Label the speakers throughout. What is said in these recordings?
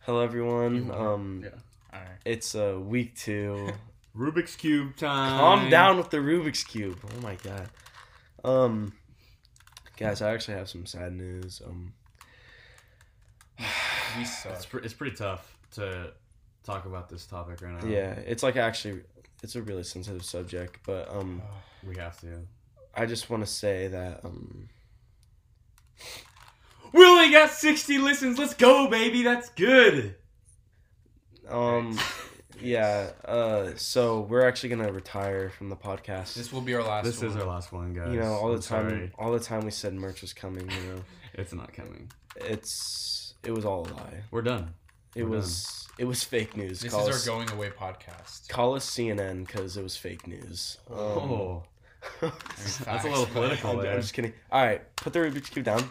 Speaker 1: Hello, everyone. Um,
Speaker 2: Yeah. All right.
Speaker 1: It's uh, week two.
Speaker 2: Rubik's Cube time.
Speaker 1: Calm down with the Rubik's Cube. Oh, my God. Um, guys, I actually have some sad news. Um,
Speaker 2: We suck. It's, pre- it's pretty tough to talk about this topic right now.
Speaker 1: yeah, it's like actually, it's a really sensitive subject, but um,
Speaker 2: We have to.
Speaker 1: I just want to say that um,
Speaker 2: We only got 60 listens. Let's go, baby. That's good.
Speaker 1: um, yeah. Uh, so we're actually gonna retire from the podcast.
Speaker 3: This will be our last.
Speaker 2: This
Speaker 3: one.
Speaker 2: is our last one, guys.
Speaker 1: you know, all the
Speaker 2: I'm
Speaker 1: time,
Speaker 2: sorry.
Speaker 1: all the time we said merch was coming. You know,
Speaker 2: It's not coming.
Speaker 1: it's it was all a lie.
Speaker 2: We're done.
Speaker 1: It
Speaker 2: We're
Speaker 1: was it was fake news.
Speaker 3: This
Speaker 1: call
Speaker 3: is
Speaker 1: us,
Speaker 3: our going away podcast.
Speaker 1: call us CNN because it was fake news. Um,
Speaker 2: oh, that's
Speaker 3: Facts,
Speaker 2: a little
Speaker 3: man.
Speaker 2: political
Speaker 1: I'm, I'm
Speaker 2: there.
Speaker 1: just kidding. All right, put the Rubik's cube down.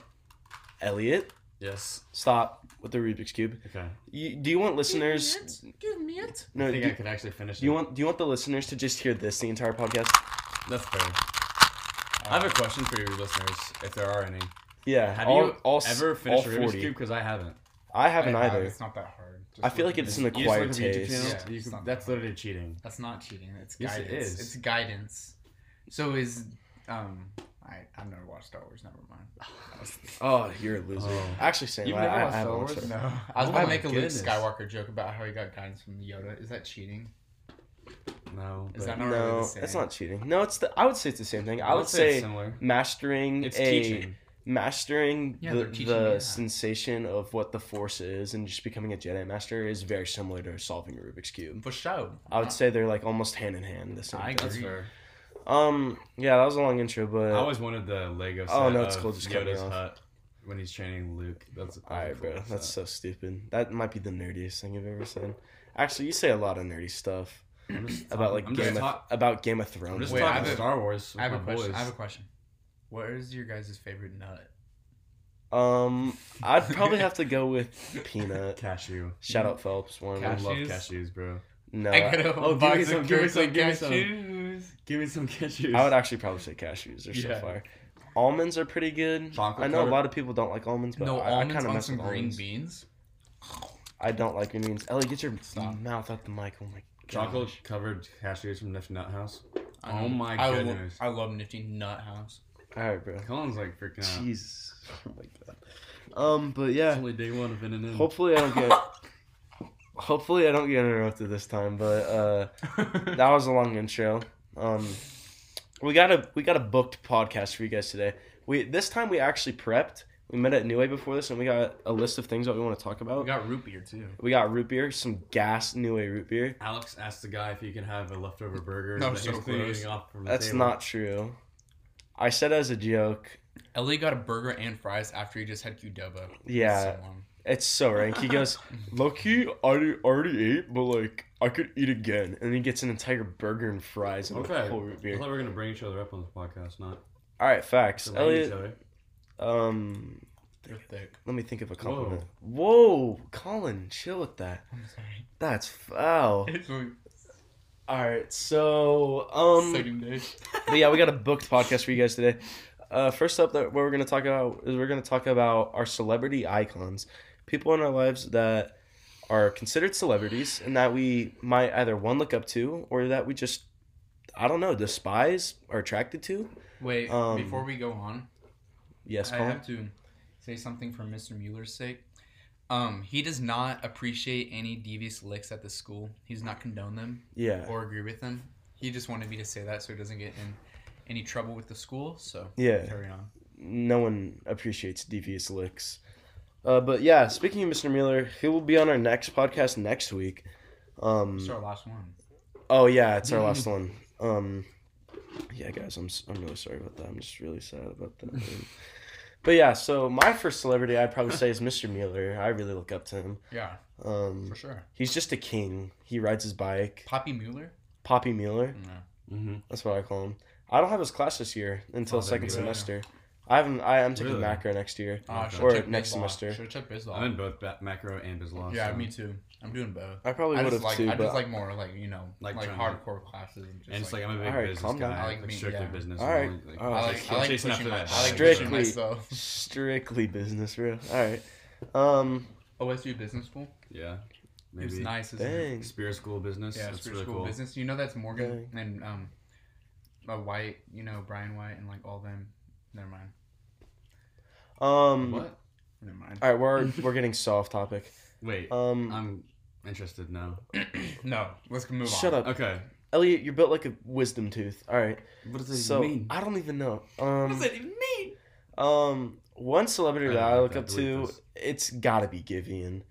Speaker 1: Elliot,
Speaker 2: Yes.
Speaker 1: stop with the Rubik's cube.
Speaker 2: Okay.
Speaker 1: You, do you want listeners?
Speaker 3: give me it.
Speaker 1: No.
Speaker 2: I
Speaker 1: Do,
Speaker 2: think I
Speaker 1: do
Speaker 2: can actually finish
Speaker 1: you
Speaker 2: it.
Speaker 1: want do you want the listeners to just hear this the entire podcast?
Speaker 2: That's fair. I have a question for your listeners, if there are any.
Speaker 1: Yeah.
Speaker 2: Have
Speaker 1: all,
Speaker 2: you
Speaker 1: all s-
Speaker 2: ever finished
Speaker 1: all
Speaker 2: a Rubik's
Speaker 1: 40.
Speaker 2: Cube? Because I haven't.
Speaker 1: I haven't either.
Speaker 3: It's not that hard. Just
Speaker 1: I feel
Speaker 3: look
Speaker 1: like
Speaker 3: at
Speaker 1: it's an
Speaker 3: it.
Speaker 2: You just look
Speaker 1: acquired
Speaker 2: up your YouTube
Speaker 1: taste.
Speaker 2: channel,
Speaker 3: Yeah,
Speaker 2: you
Speaker 3: it's
Speaker 2: can-
Speaker 3: not
Speaker 2: that's
Speaker 3: that hard.
Speaker 2: literally cheating.
Speaker 3: That's not cheating. It's
Speaker 2: Yes, it
Speaker 3: guidance.
Speaker 2: is.
Speaker 3: It's guidance. So is um. I I've never watched Star Wars. Never mind.
Speaker 1: Oh, you're a loser.
Speaker 2: Oh.
Speaker 1: Actually, saying
Speaker 2: You've
Speaker 1: that, I,
Speaker 2: never
Speaker 1: I
Speaker 2: watched Star
Speaker 1: haven't
Speaker 2: Wars?
Speaker 1: watched it.
Speaker 3: No, I
Speaker 2: Oh
Speaker 3: was about
Speaker 2: my
Speaker 3: to make a Luke
Speaker 2: goodness.
Speaker 3: Skywalker joke about how he got guidance from Yoda. Is that cheating?
Speaker 2: No.
Speaker 3: Is
Speaker 2: but-
Speaker 3: that not really
Speaker 1: No,
Speaker 3: the same?
Speaker 1: it's not cheating. No, it's the. I would say it's the same thing. I, would,
Speaker 2: it's
Speaker 1: say,
Speaker 2: similar.
Speaker 1: mastering
Speaker 2: It's
Speaker 1: a
Speaker 2: teaching.
Speaker 1: mastering
Speaker 3: Yeah,
Speaker 1: the,
Speaker 3: they're teaching you
Speaker 1: the
Speaker 3: that.
Speaker 1: sensation of what the force is and just becoming a Jedi master is very similar to solving a Rubik's cube.
Speaker 3: For show.
Speaker 1: I would say they're like almost hand in hand. The same.
Speaker 3: I
Speaker 1: thing.
Speaker 2: That's
Speaker 3: Agree.
Speaker 2: fair.
Speaker 1: Um. Yeah, that was a long intro, but
Speaker 2: I always wanted the Lego set
Speaker 1: Oh, no, it's
Speaker 2: of
Speaker 1: cool, just cut me
Speaker 2: Yoda's
Speaker 1: off.
Speaker 2: hut when he's training Luke. That's that's a
Speaker 1: all right,
Speaker 2: cool
Speaker 1: bro.
Speaker 2: set.
Speaker 1: That's so stupid. That might be the nerdiest thing you've ever said. Actually, you say a lot of nerdy stuff
Speaker 2: I'm just
Speaker 1: about
Speaker 2: talking-
Speaker 1: like
Speaker 2: I'm just
Speaker 1: Game of,
Speaker 2: talk-
Speaker 1: about Game of
Speaker 2: I'm
Speaker 1: Thrones.
Speaker 2: just
Speaker 3: Wait, I
Speaker 2: talking
Speaker 3: have a-
Speaker 2: Star Wars. With
Speaker 3: I have a
Speaker 2: my
Speaker 3: question.
Speaker 2: Boys.
Speaker 3: I have a question. What is your guys' favorite nut?
Speaker 1: Um, I'd probably have to go with peanut.
Speaker 2: Cashew.
Speaker 1: Shout out Phelps. One.
Speaker 2: I love
Speaker 3: Cashews?
Speaker 2: cashews, bro.
Speaker 1: No,
Speaker 3: I got
Speaker 1: I,
Speaker 3: a
Speaker 2: oh, give me
Speaker 3: box
Speaker 2: some,
Speaker 3: of
Speaker 2: give me
Speaker 3: Gerson
Speaker 2: some, give me some.
Speaker 3: cashews.
Speaker 2: Give me some cashews.
Speaker 1: I would actually probably say cashews. They're so
Speaker 3: Yeah.
Speaker 1: far. Almonds are pretty good.
Speaker 2: Chocolate
Speaker 1: I know
Speaker 2: covered-
Speaker 1: a lot of people don't like almonds, but
Speaker 3: No
Speaker 1: I, I
Speaker 3: almonds
Speaker 1: kind of
Speaker 3: on
Speaker 1: mess
Speaker 3: some
Speaker 1: with
Speaker 3: green
Speaker 1: almonds.
Speaker 3: beans.
Speaker 1: I don't like green beans. Ellie, get your
Speaker 3: Stop.
Speaker 1: mouth out the mic. Oh my god.
Speaker 2: Chocolate covered cashews from Nif Nut House.
Speaker 3: I
Speaker 2: Oh
Speaker 3: know.
Speaker 2: my
Speaker 3: I lo-
Speaker 2: goodness.
Speaker 3: I love Nifty Nut House.
Speaker 1: All right, bro.
Speaker 2: Colin's like freaking out.
Speaker 1: Jesus. Oh my god. Um, but
Speaker 2: It's
Speaker 1: yeah.
Speaker 2: only day one of NNN.
Speaker 1: Hopefully I don't get. hopefully I don't get interrupted this time. But uh, that was a long intro. Um, we got a we got a booked podcast for you guys today. We this time we actually prepped. We met at New Way before this, and we got a list of things that we want to talk
Speaker 3: We
Speaker 1: about.
Speaker 3: got root beer too.
Speaker 1: We got root beer, some gas New Way root beer.
Speaker 2: Alex asked the guy if he could have a leftover burger.
Speaker 3: No,
Speaker 2: that
Speaker 3: so
Speaker 2: he's cleaning
Speaker 3: gross.
Speaker 2: off from the
Speaker 1: That's
Speaker 2: table.
Speaker 1: not true. I said as a joke.
Speaker 3: Ellie got a burger and fries after he just had Qdoba. with
Speaker 1: Yeah.
Speaker 3: someone.
Speaker 1: It's so rank. He goes, Lucky, I di- already ate, but like I could eat again. And he gets an entire burger and fries and
Speaker 2: Okay.
Speaker 1: a whole root
Speaker 2: I
Speaker 1: beer.
Speaker 2: thought we were gonna bring each other up on this podcast, not
Speaker 1: All right, facts.
Speaker 2: debate each
Speaker 1: Elliot,
Speaker 2: other.
Speaker 1: um,
Speaker 3: They're thick.
Speaker 1: let me think of a compliment. Whoa, Colin, chill with that.
Speaker 3: I'm sorry.
Speaker 1: That's foul.
Speaker 3: It's like
Speaker 1: All right, so um,
Speaker 3: second day.
Speaker 1: but yeah, we got a booked podcast for you guys today. Uh, first up, that what we're gonna talk about is we're gonna talk about our celebrity icons, people in our lives that are considered celebrities and that we might either one look up to or that we just, I don't know, despise or attracted to.
Speaker 3: Wait,
Speaker 1: Um,
Speaker 3: before we go on,
Speaker 1: Yes,
Speaker 3: I
Speaker 1: Colin.
Speaker 3: have to say something for Mr. Mueller's sake. Um, he does not appreciate any devious licks at the school. He does not condone them
Speaker 1: Yeah,
Speaker 3: or agree with them. He just wanted me to say that so he doesn't get in any trouble with the school. So
Speaker 1: yeah. Mm.
Speaker 3: carry on.
Speaker 1: no one appreciates devious licks. Uh, but yeah, speaking of Mr. Mueller, he will be on our next podcast next week. Um,
Speaker 3: It's our last one.
Speaker 1: oh yeah, it's our last one. Um, yeah, guys, I'm s- I'm really sorry about that. I'm just really sad about that. man. but yeah, so my first celebrity I'd probably say is Mr. Mueller. I really look up to him.
Speaker 3: Yeah,
Speaker 1: Um,
Speaker 3: for sure.
Speaker 1: he's just a king. He rides his bike.
Speaker 3: Poppy Mueller.
Speaker 1: Poppy Mueller,
Speaker 3: No.
Speaker 2: Mm-hmm.
Speaker 1: that's what I call him. I don't have his class this year
Speaker 3: Oh,
Speaker 1: until
Speaker 2: Poppy
Speaker 1: second
Speaker 2: Mueller.
Speaker 1: semester. I haven't. I am taking
Speaker 2: Really?
Speaker 1: macro next year.
Speaker 3: Uh,
Speaker 2: Okay.
Speaker 1: Or next semester.
Speaker 3: Should have Biz
Speaker 2: I'm in both ba- macro and biz law.
Speaker 3: Yeah,
Speaker 2: so-
Speaker 3: me too. I'm doing both.
Speaker 1: I probably
Speaker 3: I
Speaker 1: would
Speaker 3: just
Speaker 1: have
Speaker 3: like
Speaker 1: too,
Speaker 3: I
Speaker 1: but
Speaker 3: just like more like you know
Speaker 2: Like
Speaker 3: like,
Speaker 2: trying to-
Speaker 3: hardcore classes and just
Speaker 2: And it's like,
Speaker 3: like,
Speaker 2: I'm a big
Speaker 1: Alright,
Speaker 2: business
Speaker 1: calm down. Oh,
Speaker 2: guy.
Speaker 3: I
Speaker 2: like,
Speaker 3: like me-
Speaker 2: strictly
Speaker 3: yeah.
Speaker 2: business.
Speaker 1: Alright,
Speaker 2: only, like, oh,
Speaker 1: alright.
Speaker 3: I
Speaker 1: I'm
Speaker 3: like I like
Speaker 2: chasing
Speaker 3: pushing
Speaker 2: after
Speaker 3: my,
Speaker 2: that
Speaker 3: I like
Speaker 1: shit.
Speaker 3: pushing
Speaker 1: Strictly.
Speaker 3: myself.
Speaker 1: strictly business, bro. All right. Um.
Speaker 3: OSU Business School.
Speaker 2: Yeah.
Speaker 3: It was
Speaker 2: Maybe
Speaker 3: nice. Isn't it?
Speaker 1: Dang.
Speaker 2: Spirit School Business.
Speaker 3: Yeah,
Speaker 2: That's
Speaker 3: Spirit
Speaker 2: really
Speaker 3: School
Speaker 2: cool.
Speaker 3: Business. You know that's Morgan and um, uh, White. You know Brian White and like all them. Never mind.
Speaker 1: Um,
Speaker 2: What?
Speaker 3: Never mind.
Speaker 1: All right, we're we're getting soft topic.
Speaker 2: Wait.
Speaker 1: Um,
Speaker 2: I'm interested now.
Speaker 3: no, let's move on.
Speaker 1: shut up,
Speaker 2: Okay.
Speaker 1: Elliot. You're built like a wisdom tooth. All right,
Speaker 2: What does this
Speaker 1: so
Speaker 2: mean?
Speaker 1: I don't even know. Um,
Speaker 3: that even mean?
Speaker 1: um, one celebrity
Speaker 2: I
Speaker 1: that
Speaker 2: don't
Speaker 1: I
Speaker 2: like
Speaker 1: look
Speaker 2: that.
Speaker 1: up to,
Speaker 2: Delete this.
Speaker 1: it's gotta be Givian.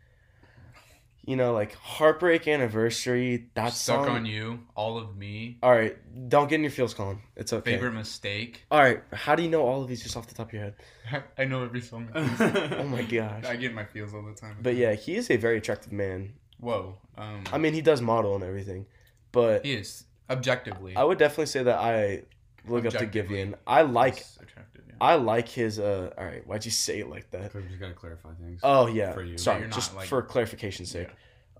Speaker 1: You know, like heartbreak anniversary. That
Speaker 3: Stuck
Speaker 1: song.
Speaker 3: on you, all of me.
Speaker 1: All right, don't get in your feels, Colin. It's okay.
Speaker 3: Favorite mistake.
Speaker 1: All right, how do you know all of these just off the top of your head?
Speaker 3: I know every song.
Speaker 1: Oh my gosh.
Speaker 3: I get my feels all the time.
Speaker 1: But yeah, he is a very attractive man.
Speaker 3: Whoa. Um,
Speaker 1: I mean, he does model and everything, but
Speaker 3: he is objectively.
Speaker 1: I would definitely say that I look up to
Speaker 3: Objectively.
Speaker 1: Givian. I like
Speaker 3: he's attractive. Yeah.
Speaker 1: I like his uh all right, why'd you say it like that?
Speaker 2: We've just gotta clarify things.
Speaker 1: Oh yeah.
Speaker 2: For you.
Speaker 1: Sorry,
Speaker 3: You're not,
Speaker 1: just
Speaker 3: like-
Speaker 1: for clarification's sake.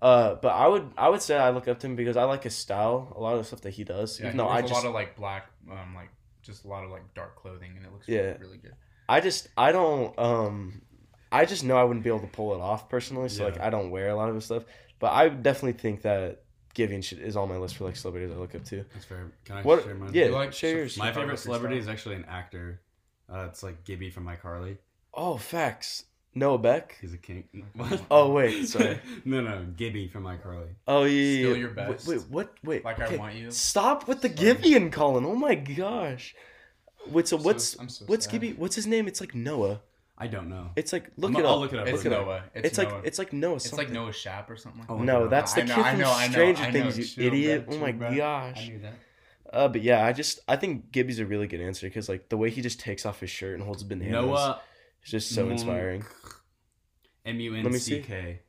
Speaker 1: Uh but I would I would say I look up to him because I like his style, a lot of the stuff that he does.
Speaker 3: Yeah,
Speaker 1: even
Speaker 3: he
Speaker 1: though
Speaker 3: wears
Speaker 1: I
Speaker 3: a
Speaker 1: just
Speaker 3: lot of like black, um, like just a lot of like dark clothing, and it looks
Speaker 1: Yeah.
Speaker 3: really good.
Speaker 1: I just I don't um I just know I wouldn't be able to pull it off personally, so like
Speaker 2: Yeah.
Speaker 1: I don't wear a lot of his stuff. But I definitely think that Givian should, is on my list for like celebrities I look up to.
Speaker 2: That's fair. Can I
Speaker 1: What?
Speaker 2: share mine?
Speaker 1: Yeah,
Speaker 3: You like
Speaker 1: share
Speaker 3: Sha-
Speaker 1: yours.
Speaker 2: My
Speaker 3: Chicago
Speaker 2: favorite celebrity
Speaker 3: freestyle.
Speaker 2: is actually an actor. Uh, it's like Gibby from iCarly.
Speaker 1: Oh, facts. Noah Beck.
Speaker 2: He's a king.
Speaker 3: What?
Speaker 1: Oh, wait, sorry.
Speaker 2: no, no, Gibby from iCarly.
Speaker 1: Oh yeah, yeah,
Speaker 3: Still
Speaker 1: yeah.
Speaker 3: your
Speaker 1: Wait,
Speaker 3: best.
Speaker 1: Wait, what? Wait.
Speaker 3: Like I want you.
Speaker 1: Stop with the
Speaker 3: Sorry.
Speaker 1: Gibeon, Colin. Oh my gosh. Wait. So what's
Speaker 3: I'm so
Speaker 1: what's
Speaker 3: sad.
Speaker 1: Gibby? What's his name? It's like Noah.
Speaker 2: I don't know.
Speaker 1: It's like look
Speaker 2: I'm-
Speaker 1: it up.
Speaker 2: I'll look it up.
Speaker 3: It's
Speaker 1: Look it up.
Speaker 3: Noah.
Speaker 1: It's, like
Speaker 3: Noah.
Speaker 1: it's like Noah.
Speaker 3: It's like
Speaker 1: something.
Speaker 3: Noah Shap or something like
Speaker 2: Oh,
Speaker 3: that.
Speaker 1: No, that's the
Speaker 3: I
Speaker 1: kid
Speaker 3: know-
Speaker 1: from
Speaker 3: I know- I know-
Speaker 1: Stranger
Speaker 3: I know.
Speaker 1: Things. You
Speaker 3: Chill, bro.
Speaker 1: idiot. oh
Speaker 3: Chill,
Speaker 1: my
Speaker 3: bro.
Speaker 1: gosh.
Speaker 2: I knew that.
Speaker 1: Uh, but yeah, I just I think Gibby's a really good answer because like the way he just takes off his shirt and holds bananas
Speaker 2: Noah.
Speaker 1: is just so
Speaker 3: mm-hmm.
Speaker 1: inspiring.
Speaker 2: M U
Speaker 1: Let
Speaker 2: N
Speaker 1: me
Speaker 2: C
Speaker 1: see.
Speaker 2: K.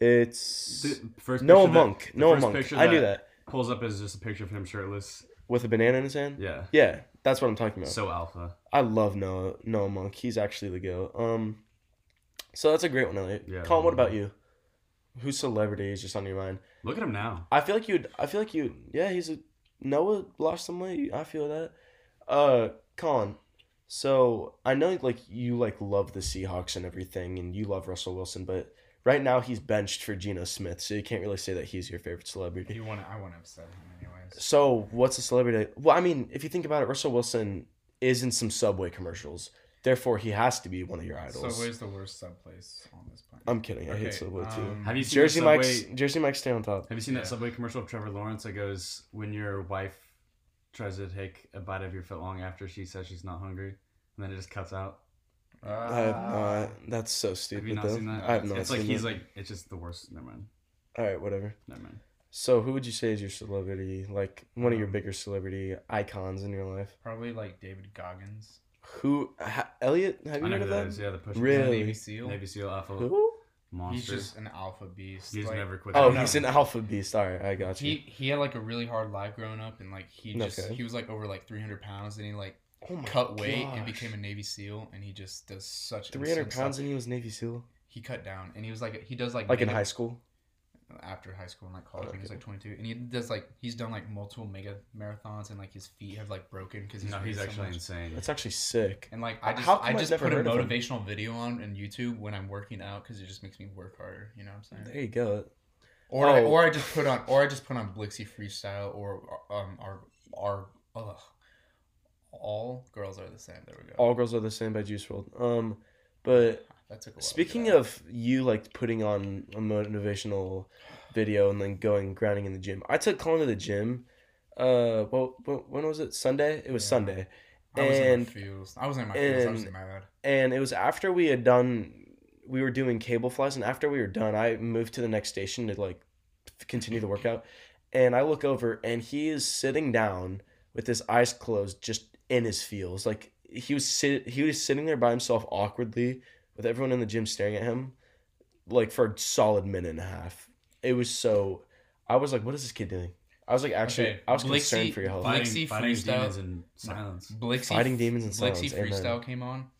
Speaker 1: It's
Speaker 2: First
Speaker 1: Noah
Speaker 2: picture that-
Speaker 1: Monk.
Speaker 2: the
Speaker 1: Noah
Speaker 2: first
Speaker 1: Monk.
Speaker 2: picture
Speaker 1: I knew that
Speaker 2: Pulls up is just a picture of him shirtless.
Speaker 1: with a banana in his hand.
Speaker 2: Yeah.
Speaker 1: Yeah, that's what I'm talking about.
Speaker 2: So alpha.
Speaker 1: I love Noah Noah Monk. He's actually the go. Um, so that's a great one, Elliot.
Speaker 2: Yeah,
Speaker 1: Colin, what
Speaker 2: I love
Speaker 1: about you? Whose celebrity is just on your mind?
Speaker 2: Look at him now.
Speaker 1: I feel like you'd. I feel like you. Yeah, he's a Noah lost some weight. I feel that. Uh, Colin. So I know like you like love the Seahawks and everything, and you love Russell Wilson, but right now he's benched for Geno Smith, so you can't really say that he's your favorite celebrity.
Speaker 3: You want to? I want to upset him anyways.
Speaker 1: So what's a celebrity? Well, I mean, if you think about it, Russell Wilson is in some Subway commercials. Therefore, he has to be one of your idols.
Speaker 3: So where's the worst sub place on this planet?
Speaker 1: I'm kidding. I hate
Speaker 3: Okay,
Speaker 1: Subway too.
Speaker 3: um,
Speaker 2: Have you seen
Speaker 1: Jersey
Speaker 2: that
Speaker 1: Mike's
Speaker 2: Subway-
Speaker 1: Jersey Mike's stay on top.
Speaker 2: Have you seen
Speaker 3: Yeah.
Speaker 2: that Subway commercial of Trevor Lawrence that goes, "When your wife tries to take a bite of your foot long after she says she's not hungry," and then it just cuts out.
Speaker 3: Uh,
Speaker 1: I have not. That's so stupid.
Speaker 2: Ah. Have you not
Speaker 1: though.
Speaker 2: seen that?
Speaker 1: I have not.
Speaker 2: It's
Speaker 1: seen
Speaker 2: like he's
Speaker 1: that.
Speaker 2: like it's just the worst. Never mind.
Speaker 1: All right, whatever.
Speaker 2: Never mind.
Speaker 1: So who would you say is your celebrity? Like one of your
Speaker 3: Um,
Speaker 1: bigger celebrity icons in your life?
Speaker 3: Probably like David Goggins.
Speaker 1: Who? Ha, Elliot? Have you
Speaker 2: I know
Speaker 1: heard
Speaker 2: who
Speaker 1: of
Speaker 2: that
Speaker 1: that?
Speaker 2: is. Yeah, the push.
Speaker 1: Really?
Speaker 3: Navy SEAL.
Speaker 2: Navy SEAL Alpha
Speaker 1: Who?
Speaker 2: Monster.
Speaker 3: He's
Speaker 2: He's,
Speaker 3: just an alpha beast. like,
Speaker 2: never quit.
Speaker 1: Oh,
Speaker 3: no.
Speaker 1: he's an alpha beast. All right, I got you.
Speaker 3: He he had like a really hard life growing up, and like he just
Speaker 1: Okay.
Speaker 3: he was like over like 300 pounds, and he like
Speaker 1: oh my
Speaker 3: cut weight and
Speaker 1: gosh.
Speaker 3: became a Navy SEAL, and he just does such
Speaker 1: Three hundred
Speaker 3: insane stuff.
Speaker 1: pounds and he was Navy SEAL.
Speaker 3: He cut down, and he was like he does like
Speaker 1: Like in
Speaker 3: mega-
Speaker 1: high school.
Speaker 3: after high school and like college when he's
Speaker 1: Okay.
Speaker 3: like 22 and he does like he's done like multiple mega marathons and like his feet have like broken because he's,
Speaker 2: no, he's
Speaker 3: weighed so
Speaker 2: actually
Speaker 3: much.
Speaker 2: insane.
Speaker 1: That's actually sick.
Speaker 3: and like I just
Speaker 1: How come
Speaker 3: I
Speaker 1: I've
Speaker 3: just
Speaker 1: never
Speaker 3: put a
Speaker 1: heard of him?
Speaker 3: motivational video on in YouTube when I'm working out because it just makes me work harder you know what I'm saying
Speaker 1: There you go.
Speaker 3: or I,
Speaker 1: Oh.
Speaker 3: or I just put on or I just put on Blixie freestyle or um our our ugh. all girls are the same there we go
Speaker 1: All girls are the same by Juice World. Um, but
Speaker 3: that took a while to
Speaker 1: speaking
Speaker 3: get out.
Speaker 1: of you, like putting on a motivational video and then going grinding in the gym, I took Colin to the gym. Uh, well, well when was it? Sunday. It was
Speaker 3: Yeah.
Speaker 1: Sunday,
Speaker 3: I was in my
Speaker 1: and-
Speaker 3: feels I was in my feels I was
Speaker 1: and-
Speaker 3: mad
Speaker 1: and it was after we had done. We were doing cable flies, and after we were done, I moved to the next station to like continue the workout. And I look over, and he is sitting down with his eyes closed, just in his feels. Like he was sit, he was sitting there by himself awkwardly, with everyone in the gym staring at him, like for a solid minute and a half. It was so. I was like, "What is this kid doing?" I was like, "Actually,
Speaker 3: Okay,
Speaker 1: I was
Speaker 3: Blixie-
Speaker 1: concerned for your health."
Speaker 2: fighting,
Speaker 3: Blixie
Speaker 2: fighting
Speaker 3: freestyle-
Speaker 2: demons in silence.
Speaker 3: Blixie
Speaker 1: Fighting demons in
Speaker 3: Blixie
Speaker 1: silence. Amen.
Speaker 3: freestyle came on,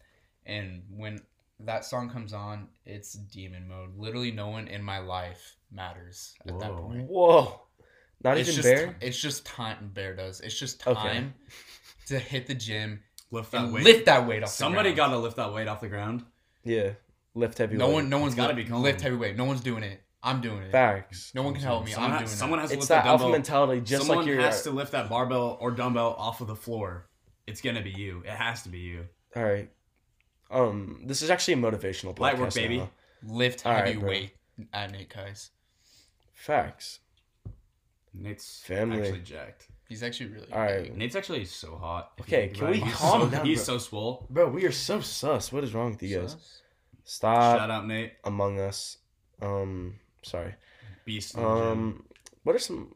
Speaker 3: and when that song comes on, it's demon mode. Literally, no one in my life matters at that
Speaker 2: Whoa.
Speaker 3: point.
Speaker 1: Whoa, not
Speaker 3: it's
Speaker 1: even
Speaker 3: just
Speaker 1: bear.
Speaker 3: it's just time. Bear does. It's just
Speaker 1: Okay.
Speaker 3: time to hit the gym
Speaker 2: Lift that
Speaker 3: and
Speaker 2: weight.
Speaker 3: lift that weight off.
Speaker 2: Somebody
Speaker 3: the ground.
Speaker 2: gotta lift that weight off the ground.
Speaker 1: Yeah, lift heavyweight.
Speaker 3: No one, no one's
Speaker 2: gotta
Speaker 3: gotta be
Speaker 2: be calm.
Speaker 3: lift heavyweight. No one's doing it. I'm doing it.
Speaker 1: Facts.
Speaker 3: No one can help me.
Speaker 2: Someone,
Speaker 3: I'm
Speaker 2: ha-
Speaker 3: doing
Speaker 2: someone
Speaker 3: it.
Speaker 2: has to
Speaker 1: It's
Speaker 2: lift
Speaker 1: that
Speaker 2: that
Speaker 1: alpha
Speaker 2: dumbbell.
Speaker 1: mentality, just
Speaker 2: someone
Speaker 1: like you're.
Speaker 2: has to lift that barbell or dumbbell off of the floor. It's gonna be you. It has to be you.
Speaker 1: All right. Um, this is actually a motivational podcast.
Speaker 2: Light work, baby.
Speaker 1: now.
Speaker 3: Lift
Speaker 1: All right, bro.
Speaker 3: heavyweight at Nate Kice.
Speaker 1: Facts.
Speaker 2: Nate's
Speaker 1: Family.
Speaker 2: actually jacked.
Speaker 3: He's actually really.
Speaker 1: All right,
Speaker 2: Nate's actually so hot. if you
Speaker 1: Okay,
Speaker 2: think
Speaker 1: can
Speaker 2: about
Speaker 1: we
Speaker 2: it. He's
Speaker 1: calm
Speaker 2: so-
Speaker 1: down,
Speaker 2: He's
Speaker 1: bro?
Speaker 2: so swole.
Speaker 1: bro. We are so sus. What is wrong with you guys?
Speaker 3: Sus.
Speaker 1: Stop
Speaker 2: Shout out Nate,
Speaker 1: Among Us. Um, sorry.
Speaker 2: beast. in the gym.
Speaker 1: Um, what are some?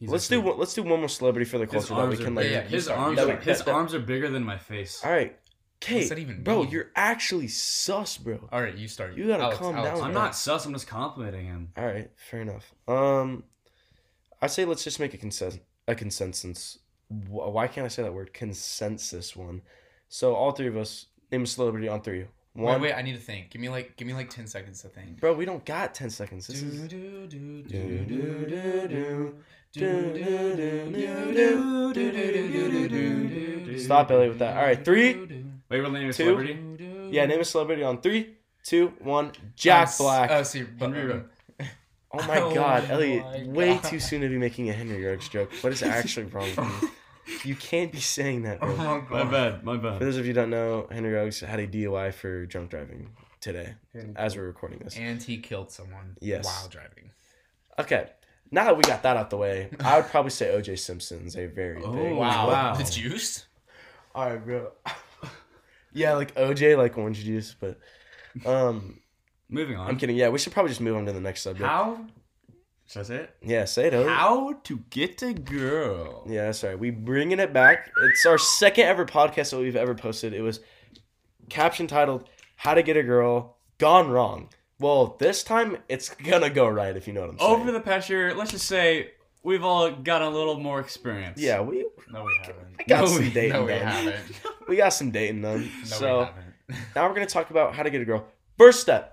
Speaker 2: He's
Speaker 1: let's do
Speaker 2: actually-
Speaker 1: one, let's do one more celebrity for the
Speaker 2: His
Speaker 1: culture that we
Speaker 2: arms,
Speaker 1: can
Speaker 2: are,
Speaker 1: like.
Speaker 3: yeah,
Speaker 2: yeah,
Speaker 3: you
Speaker 2: his
Speaker 3: start.
Speaker 2: arms,
Speaker 1: That
Speaker 2: are,
Speaker 1: would-
Speaker 2: his
Speaker 1: that- that-
Speaker 2: arms are bigger than my face.
Speaker 1: All right, Kate,
Speaker 3: that even
Speaker 1: bro,
Speaker 3: mean?
Speaker 1: you're actually sus, bro.
Speaker 3: All right, you start.
Speaker 1: You gotta calm down.
Speaker 2: I'm not sus. I'm just complimenting him.
Speaker 1: All right, fair enough. Um, I say let's just make a consens a consensus. Wh- Why can't I say that word? Consensus one. So all three of us name a celebrity on three. One,
Speaker 3: Wait, wait. I need to think. Give me like, give me like ten seconds to think.
Speaker 1: bro. We don't got ten seconds. This is Stop, Ellie, with that. All right, three,
Speaker 2: Wait, we're naming a
Speaker 1: Two.
Speaker 2: celebrity.
Speaker 1: yeah. Name a celebrity on three, two, one. Jack
Speaker 3: Oh,
Speaker 1: Black.
Speaker 3: Oh, see, but,
Speaker 2: Henry Rugg.
Speaker 1: Oh my
Speaker 3: Oh
Speaker 1: god,
Speaker 3: my
Speaker 1: Elliot, way
Speaker 3: God.
Speaker 1: too soon to be making a Henry Ruggs joke. What is actually wrong with you? You can't be saying that,
Speaker 3: Oh
Speaker 1: bro.
Speaker 3: my
Speaker 2: My
Speaker 3: God.
Speaker 2: bad. My
Speaker 1: For
Speaker 2: bad.
Speaker 1: those of you who don't know, Henry Ruggs had a DUI for drunk driving today as we're recording this.
Speaker 3: And he killed someone
Speaker 1: Yes.
Speaker 3: while driving.
Speaker 1: Okay, now that we got that out the way, I would probably say OJ Simpson's a very
Speaker 2: Oh,
Speaker 1: big.
Speaker 2: Wow. Wow.
Speaker 3: The juice?
Speaker 1: All right, bro. yeah, like OJ, like orange juice, but. Um,
Speaker 2: Moving
Speaker 1: I'm
Speaker 2: on.
Speaker 1: kidding. Yeah, we should probably just move on to the next subject.
Speaker 2: How? Should I say it?
Speaker 1: Yeah, say it. Elliot.
Speaker 2: How to get a girl?
Speaker 1: Yeah, sorry. We bringing it back. It's our second ever podcast that we've ever posted. It was caption titled "How to Get a Girl Gone Wrong." Well, this time it's gonna go right if you know what I'm saying.
Speaker 2: Over the past year, let's just say we've all got a little more experience.
Speaker 1: yeah, we
Speaker 3: No, we haven't.
Speaker 1: we got
Speaker 2: No,
Speaker 1: some
Speaker 2: we-
Speaker 1: dating
Speaker 3: No, we
Speaker 1: done.
Speaker 3: haven't.
Speaker 1: We got some dating done.
Speaker 3: No,
Speaker 1: so
Speaker 3: we haven't.
Speaker 1: now we're gonna talk about how to get a girl. First step.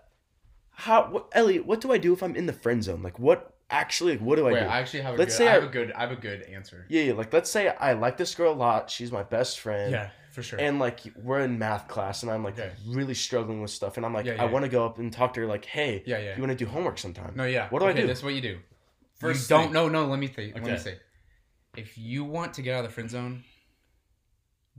Speaker 1: How what, Elliot? What do I do if I'm in the friend zone? Like, what actually? Like, what do I
Speaker 3: Wait,
Speaker 1: do?
Speaker 3: I actually have a
Speaker 1: Let's
Speaker 3: good.
Speaker 1: say
Speaker 3: I have
Speaker 1: I-
Speaker 3: a good. I have a good answer.
Speaker 1: yeah, yeah, like let's say I like this girl a lot. She's my best friend.
Speaker 3: for sure.
Speaker 1: and like we're in math class and i'm like
Speaker 3: Okay.
Speaker 1: really struggling with stuff and i'm like
Speaker 3: Yeah, yeah,
Speaker 1: i want to go up and talk to her like hey
Speaker 3: yeah, yeah.
Speaker 1: you want to do homework sometime
Speaker 3: No, yeah.
Speaker 1: What do I
Speaker 3: Okay,
Speaker 1: do?
Speaker 3: This is what you do.
Speaker 2: First
Speaker 3: First, you
Speaker 2: thing.
Speaker 3: don't. No, no. Let me think. Let me
Speaker 2: Okay.
Speaker 3: say. If you want to get out of the friend zone,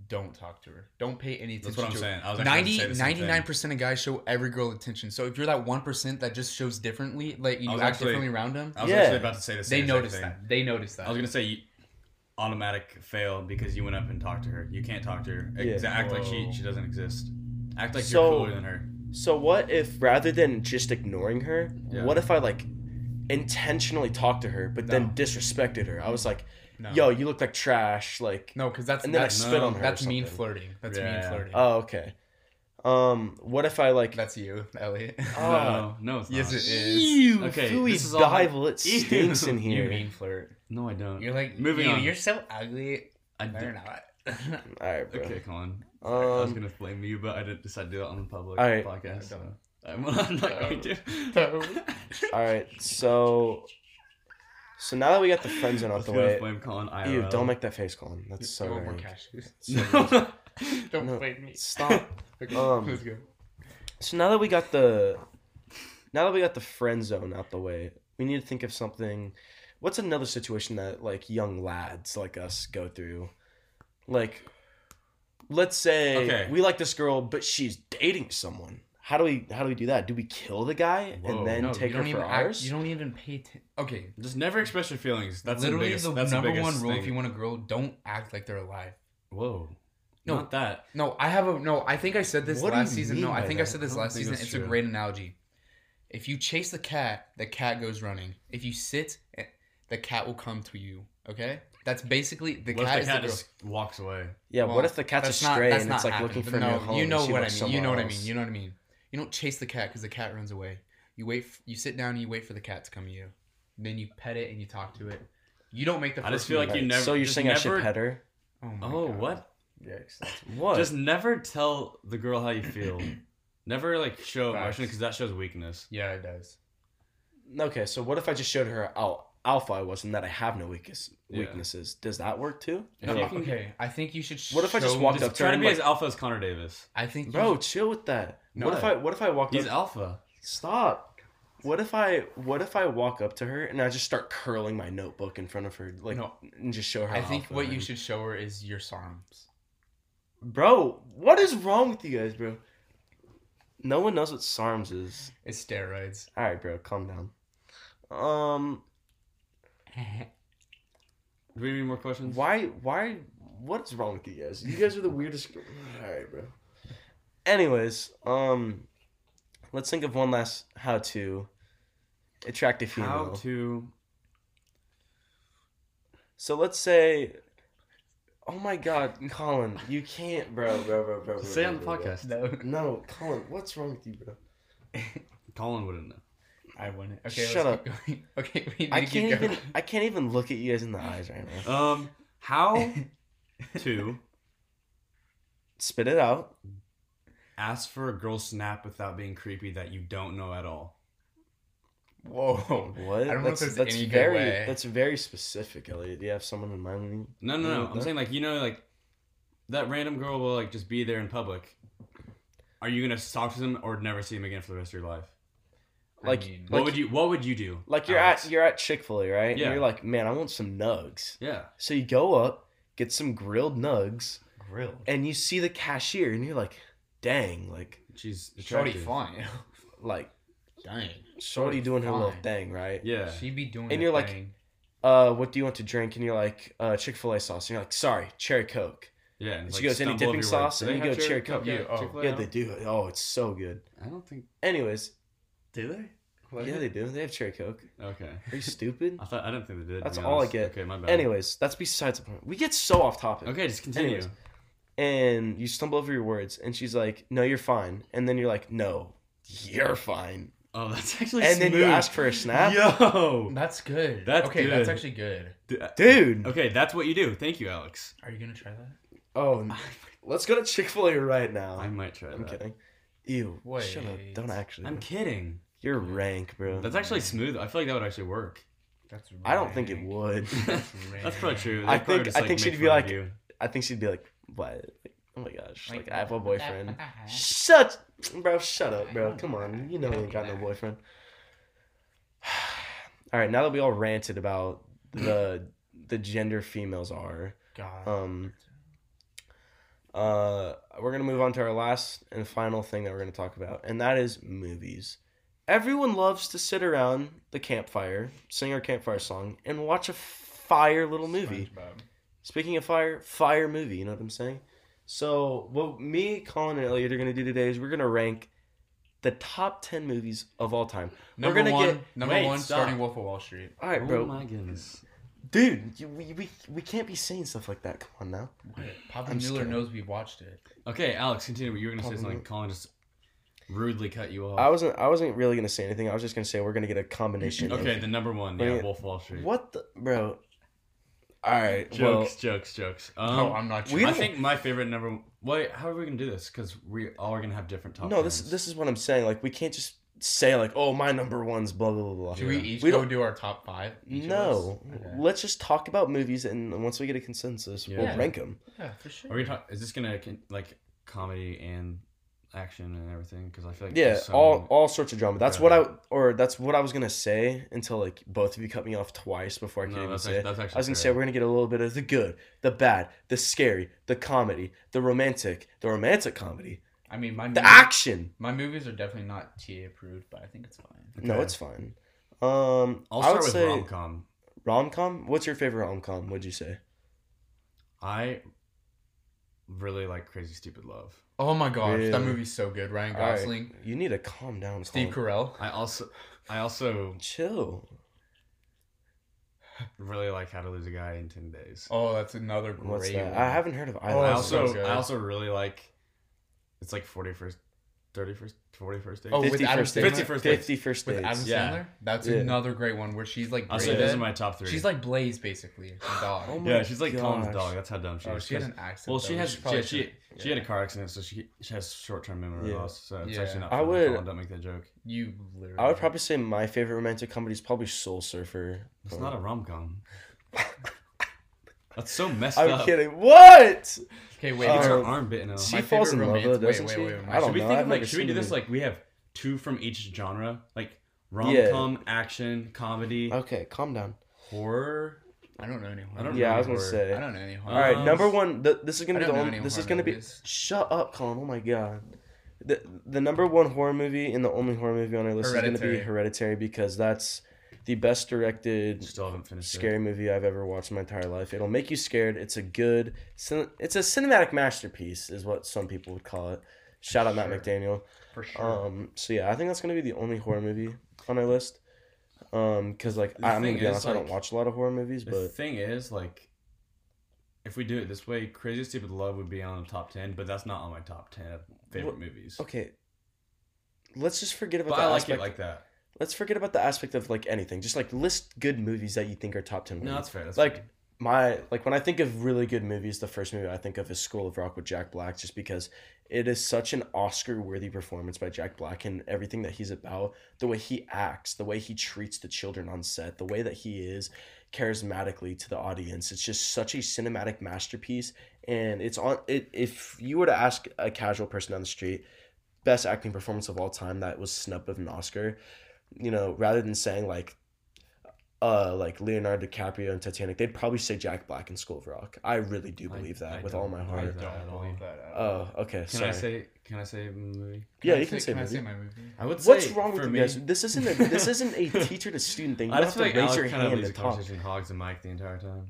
Speaker 3: don't talk to her. Don't pay any attention
Speaker 2: That's what I'm
Speaker 3: to
Speaker 2: saying. I was
Speaker 3: her.
Speaker 2: actually gonna
Speaker 3: 90,
Speaker 2: say the same thing.
Speaker 3: 99% of guys show every girl attention. So if you're that 1% that just shows differently, like you
Speaker 2: was
Speaker 3: act
Speaker 2: actually-
Speaker 3: differently around them,
Speaker 2: I was
Speaker 1: Yeah.
Speaker 2: actually about to say the same
Speaker 3: they
Speaker 2: exact
Speaker 3: notice
Speaker 2: thing.
Speaker 3: that. They notice that.
Speaker 2: I was gonna say you, automatic fail because you went up and talked to her. You can't talk to her.
Speaker 1: Yeah.
Speaker 2: Ex- Act like she
Speaker 3: Whoa.
Speaker 2: she doesn't exist. Act like
Speaker 1: So-
Speaker 2: you're cooler than her.
Speaker 1: so what if rather than just ignoring her
Speaker 2: Yeah.
Speaker 1: what if i like intentionally talked to her but then
Speaker 3: No.
Speaker 1: disrespected her i was like
Speaker 3: no.
Speaker 1: yo you look like trash like
Speaker 3: No, because that's
Speaker 1: and then i
Speaker 3: that's,
Speaker 1: spit
Speaker 2: no,
Speaker 1: on her or
Speaker 3: that's mean
Speaker 1: something.
Speaker 3: flirting. That's
Speaker 2: Yeah.
Speaker 3: mean flirting.
Speaker 1: oh okay um what if i like
Speaker 3: that's you, Elliot.
Speaker 1: Ah.
Speaker 2: no, no, it's
Speaker 3: yes,
Speaker 2: not.
Speaker 3: it is.
Speaker 1: Ew,
Speaker 2: Okay,
Speaker 1: Phooey
Speaker 2: this is all-
Speaker 1: Dival, it stinks
Speaker 2: Ew.
Speaker 1: in
Speaker 3: You
Speaker 1: here.
Speaker 3: mean flirt.
Speaker 2: No, I don't.
Speaker 3: You're like
Speaker 2: Moving
Speaker 3: moving you,
Speaker 2: on.
Speaker 3: You're so ugly.
Speaker 2: I
Speaker 3: No, you're
Speaker 2: don't.
Speaker 3: not.
Speaker 1: All right, bro.
Speaker 2: Okay, Colin. I was
Speaker 1: Um,
Speaker 2: gonna blame you, but I didn't decide to do it on the public
Speaker 1: All right.
Speaker 2: podcast.
Speaker 3: I
Speaker 2: So. I'm I'm not going
Speaker 3: Um,
Speaker 2: to.
Speaker 1: all right. So, so now that we got the friend zone
Speaker 2: I
Speaker 1: out
Speaker 2: was
Speaker 1: the
Speaker 2: gonna
Speaker 1: way,
Speaker 2: blame Colin. IRL.
Speaker 1: Ew, don't make that face, Colin. That's so
Speaker 3: You want more
Speaker 1: rude.
Speaker 3: cash.
Speaker 1: So rude.
Speaker 3: Don't
Speaker 1: No.
Speaker 3: blame me.
Speaker 1: Stop.
Speaker 3: Okay,
Speaker 1: Um,
Speaker 3: let's go.
Speaker 1: So now that we got the now that we got the friend zone out the way, we need to think of something what's another situation that like young lads like us go through? Like let's say
Speaker 2: Okay.
Speaker 1: we like this girl, but she's dating someone. How do we how do we do that? Do we kill the guy
Speaker 2: Whoa.
Speaker 1: and then
Speaker 2: No,
Speaker 1: take
Speaker 3: you don't
Speaker 1: her for
Speaker 3: even act-
Speaker 1: ours?
Speaker 3: you don't even pay. T- okay,
Speaker 2: Just never express your feelings. That's
Speaker 3: literally
Speaker 2: the, biggest,
Speaker 3: the
Speaker 2: that's
Speaker 3: number
Speaker 2: biggest
Speaker 3: one rule.
Speaker 2: Thing.
Speaker 3: If you want a girl, don't act like they're alive.
Speaker 2: Whoa.
Speaker 3: No.
Speaker 2: Not that.
Speaker 3: No, I have a no. I think I said this
Speaker 1: What do
Speaker 3: last
Speaker 1: you
Speaker 3: season.
Speaker 1: mean
Speaker 3: No, I
Speaker 1: by
Speaker 3: think I
Speaker 1: that?
Speaker 3: said
Speaker 2: I
Speaker 3: this
Speaker 2: don't
Speaker 3: last
Speaker 2: think
Speaker 3: season.
Speaker 2: that's
Speaker 3: It's a
Speaker 2: true.
Speaker 3: great analogy. If you chase the cat, the cat goes running. If you sit, eh, the cat will come to you. Okay, that's basically the
Speaker 2: What
Speaker 3: cat
Speaker 2: if
Speaker 3: is
Speaker 2: the cat
Speaker 3: the girl.
Speaker 2: just walks away?
Speaker 1: yeah,
Speaker 3: Well,
Speaker 1: what if the cat's a
Speaker 3: that's not-
Speaker 1: stray
Speaker 3: that's
Speaker 1: and
Speaker 3: not
Speaker 1: it's like
Speaker 3: happened.
Speaker 1: looking for
Speaker 3: no,
Speaker 1: a new home?
Speaker 3: You
Speaker 1: and
Speaker 3: know
Speaker 1: she
Speaker 3: what I
Speaker 1: looks
Speaker 3: mean. You know what
Speaker 1: somewhere
Speaker 3: I mean.
Speaker 1: else?
Speaker 3: You know what I mean. You don't chase the cat because the cat runs away. You wait. F- you sit down and you wait for the cat to come to you. Then you pet it and you talk to it. You don't make the.
Speaker 2: I
Speaker 3: First
Speaker 2: just feel
Speaker 3: move.
Speaker 2: like you
Speaker 1: Right,
Speaker 2: never-
Speaker 1: So you're
Speaker 2: just
Speaker 1: saying I should
Speaker 2: never-
Speaker 1: pet her?
Speaker 3: Oh, my
Speaker 2: Oh,
Speaker 3: God.
Speaker 2: what?
Speaker 3: Yikes.
Speaker 1: What?
Speaker 2: Just never tell the girl how you feel. never like show emotion
Speaker 3: Facts.
Speaker 2: because that shows weakness.
Speaker 3: Yeah, it does.
Speaker 1: Okay, so what if I just showed her, oh, alpha I was and that I have no weakness,
Speaker 2: Yeah.
Speaker 1: weaknesses. Does that work too?
Speaker 2: If
Speaker 1: No.
Speaker 2: you
Speaker 3: Okay,
Speaker 2: can-
Speaker 3: okay, I think you should.
Speaker 1: What if I just
Speaker 3: show
Speaker 1: walked
Speaker 3: me-
Speaker 1: up
Speaker 2: Just try to
Speaker 1: him
Speaker 2: be
Speaker 1: like-
Speaker 2: as alpha as Connor Davis.
Speaker 3: I think you
Speaker 1: Bro,
Speaker 3: should-
Speaker 1: chill with that.
Speaker 2: No.
Speaker 1: What if I what if I walk
Speaker 2: He's
Speaker 1: up
Speaker 2: alpha.
Speaker 1: Stop. What if I what if I walk up to her and I just start curling my notebook in front of her like
Speaker 3: No.
Speaker 1: and just show her
Speaker 3: I
Speaker 1: how
Speaker 3: think
Speaker 1: alpha
Speaker 3: what
Speaker 1: I
Speaker 3: you
Speaker 1: am?
Speaker 3: should show her is your SARMs.
Speaker 1: Bro, what is wrong with you guys, bro? No one knows what SARMs is.
Speaker 3: It's steroids.
Speaker 1: All right, bro, calm down. Um,
Speaker 2: Do we have any more questions?
Speaker 1: why, why, what's wrong with you guys? You guys are the weirdest. All right, bro. Anyways, um, let's think of one last how to attract a female.
Speaker 2: How to?
Speaker 1: So let's say, oh my God, Colin, you can't, bro, bro, bro, bro. bro
Speaker 2: Say it
Speaker 1: bro,
Speaker 2: on the
Speaker 1: bro, bro.
Speaker 2: podcast.
Speaker 3: No,
Speaker 1: No, Colin, what's wrong with you, bro?
Speaker 2: Colin wouldn't know.
Speaker 3: I wouldn't. Okay,
Speaker 1: Shut
Speaker 3: let's keep going. Okay, we need
Speaker 1: I
Speaker 3: to keep
Speaker 1: can't even,
Speaker 3: going.
Speaker 1: I can't even look at you guys in the eyes right now.
Speaker 2: Um, how to
Speaker 1: Spit it out.
Speaker 2: ask for a girl snap without being creepy that you don't know at all?
Speaker 3: Whoa.
Speaker 1: What?
Speaker 3: I don't know if
Speaker 1: that's,
Speaker 3: there's
Speaker 1: that's
Speaker 3: any good
Speaker 1: very,
Speaker 3: way.
Speaker 1: That's very specific, Elliot. Do you have someone in mind? when you-
Speaker 2: No, no,
Speaker 1: Mm,
Speaker 2: no.
Speaker 1: no.
Speaker 2: I'm saying like you know like that random girl will like just be there in public. Are you gonna talk to them or never see them again for the rest of your life?
Speaker 1: Like,
Speaker 3: I mean,
Speaker 2: What
Speaker 1: like,
Speaker 2: would you What would you do?
Speaker 1: like you're
Speaker 2: Alex?
Speaker 1: at you're at Chick Fil A, right?
Speaker 2: Yeah.
Speaker 1: And you're like, man, I want some nugs.
Speaker 2: yeah.
Speaker 1: So you go up, get some grilled nugs,
Speaker 3: Grill.
Speaker 1: and you see the cashier, and you're like, dang, like,
Speaker 2: She's
Speaker 3: Shorty
Speaker 2: attractive.
Speaker 3: fine.
Speaker 1: like,
Speaker 3: Dang.
Speaker 1: shorty doing her little
Speaker 3: fine.
Speaker 1: thing, right?
Speaker 2: Yeah.
Speaker 3: She be doing.
Speaker 1: And
Speaker 3: her
Speaker 1: you're like-
Speaker 3: thing.
Speaker 1: Uh, what do you want to drink? And you're like, uh, Chick Fil A sauce. And you're like, sorry, cherry coke.
Speaker 2: Yeah.
Speaker 1: And
Speaker 2: and,
Speaker 1: she
Speaker 2: like,
Speaker 1: goes, any
Speaker 2: stumble
Speaker 1: dipping
Speaker 2: over your
Speaker 1: sauce?
Speaker 2: words.
Speaker 1: And
Speaker 2: Do
Speaker 1: you
Speaker 2: they
Speaker 1: go,
Speaker 2: have
Speaker 1: cherry
Speaker 2: Cherry Coke?
Speaker 1: coke.
Speaker 3: Yeah, oh.
Speaker 2: Chick-fil-A?
Speaker 1: Yeah, they do. it. Oh, it's so good.
Speaker 2: I don't think.
Speaker 1: Anyways,
Speaker 2: Do they?
Speaker 1: yeah, they do. They have cherry coke.
Speaker 2: Okay.
Speaker 1: Are you stupid?
Speaker 2: I thought I didn't think they did. to
Speaker 1: That's
Speaker 2: be
Speaker 1: all I
Speaker 2: honest.
Speaker 1: get.
Speaker 2: Okay, my bad.
Speaker 1: Anyways, that's besides the point. We get so off topic.
Speaker 2: Okay, just continue.
Speaker 1: Anyways. And you stumble over your words, and she's like, "No, you're fine." And then you're like, "No, you're fine."
Speaker 2: Oh, that's actually
Speaker 1: and then you
Speaker 2: smooth.
Speaker 1: ask for a snap,
Speaker 2: Yo.
Speaker 3: That's good.
Speaker 2: That's
Speaker 3: okay. That's
Speaker 2: good.
Speaker 3: actually good.
Speaker 1: dude.
Speaker 2: Okay, that's what you do. Thank you, Alex.
Speaker 3: Are you gonna try that?
Speaker 1: Oh, let's go to Chick Fil A right now.
Speaker 2: I
Speaker 1: Oh, I'm,
Speaker 2: might try that.
Speaker 1: kidding. Ew. Shut up.
Speaker 3: Wait.
Speaker 1: Don't actually.
Speaker 2: I'm kidding.
Speaker 1: you're rank, bro.
Speaker 2: That's actually smooth. I feel like that would actually work.
Speaker 3: That's.
Speaker 1: I don't think it
Speaker 3: rank.
Speaker 1: would.
Speaker 2: That's probably true. They'd
Speaker 1: I
Speaker 2: probably
Speaker 1: think- I think
Speaker 2: make
Speaker 1: she'd be
Speaker 2: fun of
Speaker 1: like-
Speaker 2: you.
Speaker 1: I think she'd be like, "What? Like, oh my gosh! Like,
Speaker 3: Like,
Speaker 1: I have a
Speaker 3: what the-
Speaker 1: boyfriend."
Speaker 3: what the heck?
Speaker 1: Shut, bro. Shut up, bro. Come on. You know you ain't got no boyfriend. All right. Now that we all ranted about the the gender females are,
Speaker 3: God.
Speaker 1: um, uh, we're gonna move on to our last and final thing that we're gonna talk about, and that is movies. Everyone loves to sit around the campfire, sing our campfire song, and watch a fire little movie.
Speaker 3: SpongeBob.
Speaker 1: Speaking of fire, fire movie. You know what I'm saying? So what me, Colin, and Elliot are gonna do today is we're gonna rank the top ten movies of all time.
Speaker 3: Number
Speaker 1: gonna
Speaker 3: one.
Speaker 1: get-
Speaker 3: number
Speaker 2: Wait,
Speaker 3: one.
Speaker 2: stop.
Speaker 3: Starting Wolf of Wall Street.
Speaker 1: All right,
Speaker 2: Oh
Speaker 1: bro,
Speaker 2: my goodness.
Speaker 1: dude, you, we, we we can't be saying stuff like that. Come on now.
Speaker 3: Papa
Speaker 1: I'm just
Speaker 3: Mueller
Speaker 1: kidding.
Speaker 3: knows we watched it.
Speaker 2: Okay, Alex, continue. You were gonna say
Speaker 1: Probably.
Speaker 2: something. Colin just rudely cut you off.
Speaker 1: I wasn't I wasn't really gonna say anything. I was just gonna say we're gonna get a combination. of-
Speaker 2: Okay, the number one.
Speaker 1: Wait.
Speaker 2: Yeah, Wolf of Wall Street.
Speaker 1: What the bro? All right.
Speaker 2: Jokes,
Speaker 1: Well,
Speaker 2: jokes, jokes.
Speaker 3: Oh,
Speaker 2: Um,
Speaker 3: I'm not sure.
Speaker 1: we
Speaker 2: I
Speaker 1: don't-
Speaker 2: think my favorite number. Wait, how are we gonna do this? Because we all are gonna have different top.
Speaker 1: no. This
Speaker 2: tens.
Speaker 1: this is what I'm saying. Like we can't just say like, oh, my number one's blah blah blah blah.
Speaker 3: Should we each
Speaker 1: We
Speaker 3: go
Speaker 1: don't-
Speaker 3: do our top five? each of
Speaker 1: No,
Speaker 3: us? Okay.
Speaker 1: let's just talk about movies, and once we get a consensus,
Speaker 2: Yeah.
Speaker 1: we'll rank them.
Speaker 3: Yeah, for
Speaker 2: Are
Speaker 3: sure.
Speaker 2: we talk- is this gonna con- like comedy and action and everything? Because I feel like
Speaker 1: Yeah,
Speaker 2: there's so
Speaker 1: all
Speaker 2: many-
Speaker 1: all sorts of drama. That's
Speaker 2: Yeah.
Speaker 1: what I or that's what I was gonna say until like both of you cut me off twice before I could
Speaker 2: No,
Speaker 1: even
Speaker 2: that's
Speaker 1: say
Speaker 2: actually,
Speaker 1: it.
Speaker 2: that's actually.
Speaker 1: I was gonna say
Speaker 2: fair.
Speaker 1: we're gonna get a little bit of the good, the bad, the scary, the comedy, the romantic, the romantic comedy,
Speaker 3: I mean, my
Speaker 2: Mm.
Speaker 1: the
Speaker 3: movies,
Speaker 1: action.
Speaker 3: my movies are definitely not TA approved, but I think it's fine.
Speaker 1: No,
Speaker 2: Okay.
Speaker 1: it's fine. Um,
Speaker 2: I'll
Speaker 1: I
Speaker 2: start
Speaker 1: would
Speaker 2: with
Speaker 1: say
Speaker 2: rom com.
Speaker 1: rom com. What's your favorite rom com? Would you say?
Speaker 2: I really like Crazy Stupid Love.
Speaker 3: Oh my gosh, that
Speaker 1: Really?
Speaker 3: movie's so good. Ryan
Speaker 1: All right,
Speaker 3: Gosling,
Speaker 1: You need to calm down,
Speaker 3: Steve
Speaker 1: Colin.
Speaker 3: Carell.
Speaker 2: I also, I also
Speaker 1: Chill.
Speaker 2: really like How to Lose a Guy in Ten Days.
Speaker 3: Oh, that's another great.
Speaker 1: What's that?
Speaker 3: one.
Speaker 1: I haven't heard of either.
Speaker 3: Oh,
Speaker 2: I
Speaker 1: one.
Speaker 3: that's so
Speaker 2: also,
Speaker 3: good.
Speaker 2: I also really like. It's like forty first thirty first, forty first date.
Speaker 3: Oh, with
Speaker 1: 50
Speaker 3: Adam
Speaker 1: first
Speaker 3: Sandler?
Speaker 1: dates.
Speaker 2: 50 first dates.
Speaker 1: 50 first
Speaker 3: With
Speaker 1: dates.
Speaker 3: Adam
Speaker 2: yeah.
Speaker 3: Sandler? That's
Speaker 1: Yeah.
Speaker 3: another great one where she's like
Speaker 2: I'll say
Speaker 3: braided.
Speaker 2: those are my top three.
Speaker 3: She's like Blaze basically. The dog.
Speaker 1: Oh my
Speaker 2: yeah, she's like Colin's
Speaker 1: gosh.
Speaker 2: dog. That's how dumb she
Speaker 3: Oh,
Speaker 2: is.
Speaker 3: she had
Speaker 2: 'Cause-
Speaker 3: an accent.
Speaker 2: well,
Speaker 3: though.
Speaker 2: she has.
Speaker 3: should
Speaker 2: She,
Speaker 3: probably-
Speaker 2: she, she had a car accident, so she she has short term memory
Speaker 1: Yeah.
Speaker 2: loss. So it's
Speaker 3: Yeah.
Speaker 2: actually not.
Speaker 1: I
Speaker 2: funny.
Speaker 1: would-
Speaker 2: Colin, don't make that joke.
Speaker 3: You literally.
Speaker 1: I would probably say my favorite romantic comedy is probably Soul Surfer.
Speaker 3: Oh.
Speaker 2: It's not a rom com. That's so messed
Speaker 1: I'm
Speaker 2: up.
Speaker 1: kidding. What?
Speaker 3: Okay, wait.
Speaker 2: She gets
Speaker 1: Uh,
Speaker 3: Uh,
Speaker 2: her arm bitten off.
Speaker 1: She
Speaker 3: My
Speaker 1: falls in
Speaker 3: favorite
Speaker 1: love
Speaker 3: romance-
Speaker 1: though,
Speaker 3: wait,
Speaker 1: doesn't
Speaker 3: wait,
Speaker 1: she?
Speaker 3: wait, wait.
Speaker 1: I don't
Speaker 2: should we
Speaker 1: know.
Speaker 2: think
Speaker 1: I've
Speaker 2: of,
Speaker 1: never
Speaker 2: like should we do
Speaker 1: seen
Speaker 2: this
Speaker 1: it.
Speaker 2: like we have two from each genre like rom com action comedy
Speaker 1: Okay, calm down.
Speaker 2: horror
Speaker 3: I don't know any.
Speaker 2: I don't
Speaker 3: horror-
Speaker 1: Yeah, I was
Speaker 2: really
Speaker 1: gonna
Speaker 2: were-
Speaker 1: say.
Speaker 3: I don't know any. horror
Speaker 1: All right,
Speaker 2: Um,
Speaker 3: movies.
Speaker 1: number one. Th- this is gonna
Speaker 3: I
Speaker 1: be the
Speaker 3: don't know
Speaker 1: only.
Speaker 3: any
Speaker 1: This is
Speaker 3: horror
Speaker 1: gonna
Speaker 3: movies.
Speaker 1: be. Shut up, Colin. Oh my god. The, the number one horror movie and the only horror movie on our list is going to
Speaker 3: Hereditary.
Speaker 1: be Hereditary because that's the best directed
Speaker 2: still haven't finished it.
Speaker 1: scary movie I've ever watched in my entire life. It'll make you scared. It's a good, cin- it's a cinematic masterpiece, is what some people would call it. Shout out
Speaker 3: Sure.
Speaker 1: Matt McDaniel.
Speaker 3: for sure.
Speaker 1: Um, so yeah, I think that's gonna be the only horror movie on our list. Um, because like
Speaker 2: The
Speaker 1: I, am
Speaker 2: thing
Speaker 1: gonna be
Speaker 2: is,
Speaker 1: honest, I don't
Speaker 2: like,
Speaker 1: watch a lot of horror movies,
Speaker 2: The
Speaker 1: but
Speaker 2: thing is, like, if we do it this way, Crazy Stupid Love would be on the top ten, but that's not on my top ten of favorite
Speaker 1: Well,
Speaker 2: movies.
Speaker 1: okay. Let's just forget
Speaker 2: but
Speaker 1: about the
Speaker 2: I like
Speaker 1: aspect.
Speaker 2: it like that.
Speaker 1: let's forget about the aspect of like anything. Just like list good movies that you think are top ten.
Speaker 2: No,
Speaker 1: movies.
Speaker 2: that's fair. That's
Speaker 1: like
Speaker 2: fair.
Speaker 1: my like when I think of really good movies, the first movie I think of is School of Rock with Jack Black, just because it is such an Oscar worthy performance by Jack Black and everything that he's about, the way he acts, the way he treats the children on set, the way that he is charismatically to the audience. It's just such a cinematic masterpiece and it's on it if you were to ask a casual person down the street, best acting performance of all time that was snub of an Oscar, you know, rather than saying like uh like Leonardo DiCaprio and Titanic, they'd probably say Jack Black and School of Rock. I really do
Speaker 2: I-
Speaker 1: believe that
Speaker 2: I
Speaker 1: with all
Speaker 2: don't-
Speaker 1: my
Speaker 2: I
Speaker 1: heart.
Speaker 2: don't at all.
Speaker 3: that. At
Speaker 1: Oh, okay.
Speaker 2: Can
Speaker 1: sorry.
Speaker 2: I say? Can I say a movie?
Speaker 1: yeah,
Speaker 3: I
Speaker 1: you can say
Speaker 3: Can I
Speaker 1: movie.
Speaker 3: say my movie?
Speaker 2: I would.
Speaker 1: What's
Speaker 2: say,
Speaker 1: wrong
Speaker 2: for
Speaker 1: with you
Speaker 2: me,
Speaker 1: guys? This isn't a this isn't a teacher to student thing. You
Speaker 2: I
Speaker 1: don't have
Speaker 2: just
Speaker 1: to
Speaker 2: feel like
Speaker 1: raise
Speaker 2: Alex
Speaker 1: your
Speaker 2: kind of
Speaker 1: hand
Speaker 2: leads
Speaker 1: and
Speaker 2: the
Speaker 1: talk.
Speaker 2: conversation hogs and Mike the entire time.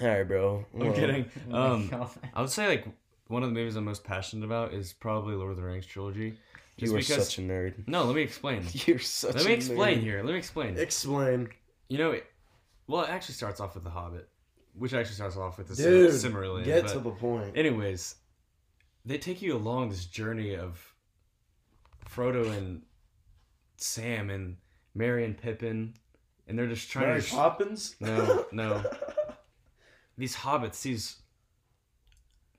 Speaker 1: All right, bro.
Speaker 2: I'm
Speaker 1: Well,
Speaker 2: kidding.
Speaker 3: Oh
Speaker 2: Um,
Speaker 3: my God.
Speaker 2: I would say like one of the movies I'm most passionate about is probably Lord of the Rings trilogy.
Speaker 1: You
Speaker 2: Just
Speaker 1: are
Speaker 2: because-
Speaker 1: such a nerd.
Speaker 2: No, let me explain.
Speaker 1: You're such.
Speaker 2: Let
Speaker 1: a
Speaker 2: me explain
Speaker 1: nerd.
Speaker 2: here. Let me explain.
Speaker 1: Explain.
Speaker 2: You know, it, well, it actually starts off with The Hobbit, which actually starts off with the
Speaker 1: Dude,
Speaker 2: Dude, Silmarillion.
Speaker 1: Get
Speaker 2: but
Speaker 1: to the point.
Speaker 2: anyways, they take you along this journey of Frodo and Sam and Merry and Pippin, and they're just trying to.
Speaker 1: Poppins.
Speaker 2: no, no. These hobbits, these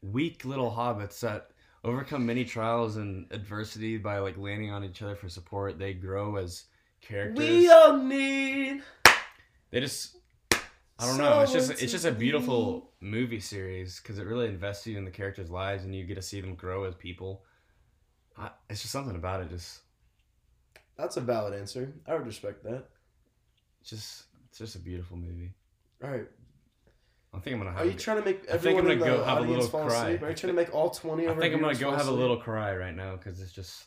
Speaker 2: weak little hobbits that overcome many trials and adversity by like landing on each other for support, they grow as characters
Speaker 1: we all need.
Speaker 2: they just I don't know. It's just
Speaker 1: Someone
Speaker 2: it's just
Speaker 1: to
Speaker 2: a beautiful movie series because it really invests you in the characters' lives and you get to see them grow as people. I, it's just something about it. Just
Speaker 1: That's a valid answer. I would respect that.
Speaker 2: just it's just a beautiful movie.
Speaker 1: All right.
Speaker 2: I think I'm gonna
Speaker 1: Are
Speaker 2: have.
Speaker 1: you
Speaker 2: a-
Speaker 1: trying to make
Speaker 2: I'm
Speaker 1: everyone in
Speaker 2: gonna
Speaker 1: the
Speaker 2: go have a
Speaker 1: audience
Speaker 2: little
Speaker 1: fall
Speaker 2: cry.
Speaker 1: asleep? Are you trying to make all twenty
Speaker 2: I
Speaker 1: of? our
Speaker 2: think I'm gonna
Speaker 1: viewers
Speaker 2: go
Speaker 1: fall
Speaker 2: have a
Speaker 1: asleep?
Speaker 2: little cry right now because it's just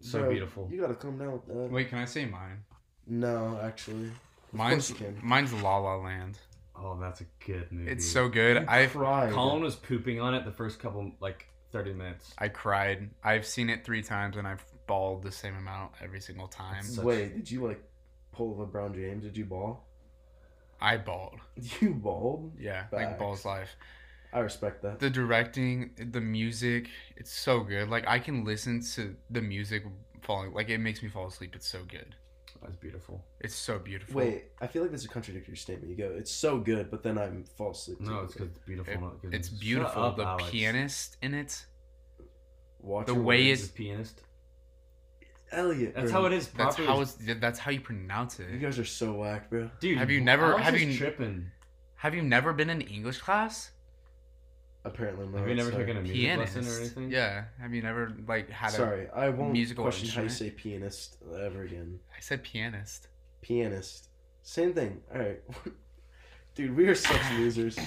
Speaker 2: so
Speaker 1: Bro,
Speaker 2: beautiful.
Speaker 1: You gotta calm down with that.
Speaker 3: Wait, can I say mine?
Speaker 1: No, actually.
Speaker 3: Mine's
Speaker 1: you can.
Speaker 3: mine's La La Land.
Speaker 2: Oh, that's a good movie.
Speaker 3: It's so good. I
Speaker 1: cried.
Speaker 2: Colin was pooping on it the first couple like thirty minutes.
Speaker 3: I cried. I've seen it three times and I've bawled the same amount every single time.
Speaker 2: It's- such-
Speaker 1: Wait, did you like pull LeBron James? Did you ball?
Speaker 3: I bawled.
Speaker 1: You balled?
Speaker 3: Yeah,
Speaker 1: Facts.
Speaker 3: like balls life.
Speaker 1: I respect that.
Speaker 3: the directing the music it's so good like i can listen to the music falling like it makes me fall asleep it's so good
Speaker 2: That's beautiful.
Speaker 3: it's so beautiful
Speaker 1: Wait, I feel like that's a contradictory statement. You go, it's so good, but then I am fall asleep.
Speaker 2: No,
Speaker 1: too.
Speaker 2: it's because it's beautiful.
Speaker 3: It-
Speaker 2: not 'cause-
Speaker 3: it's
Speaker 2: Shut
Speaker 3: beautiful
Speaker 2: up,
Speaker 3: the
Speaker 2: Alex.
Speaker 3: pianist in it
Speaker 1: Watch
Speaker 3: the
Speaker 1: your
Speaker 3: way
Speaker 1: words.
Speaker 2: He's a pianist.
Speaker 1: Elliot.
Speaker 2: That's
Speaker 1: bro.
Speaker 2: how it is.
Speaker 3: that's
Speaker 2: properly.
Speaker 3: how it's that's how you pronounce
Speaker 1: You
Speaker 3: it
Speaker 1: guys are so whack, bro.
Speaker 2: Dude,
Speaker 3: Have you never-
Speaker 2: Alex
Speaker 3: have
Speaker 2: is
Speaker 3: you-
Speaker 2: tripping?
Speaker 3: have you never been in english class
Speaker 1: Apparently not.
Speaker 2: Have you never
Speaker 1: Oh, sorry.
Speaker 2: taken a music
Speaker 3: pianist
Speaker 2: lesson or anything?
Speaker 3: yeah have you never like had a
Speaker 1: Sorry, I won't
Speaker 3: musical
Speaker 1: question how you say
Speaker 3: instrument?
Speaker 1: pianist ever again.
Speaker 3: i said pianist
Speaker 1: Pianist. Same thing. All right. Dude, we are such losers.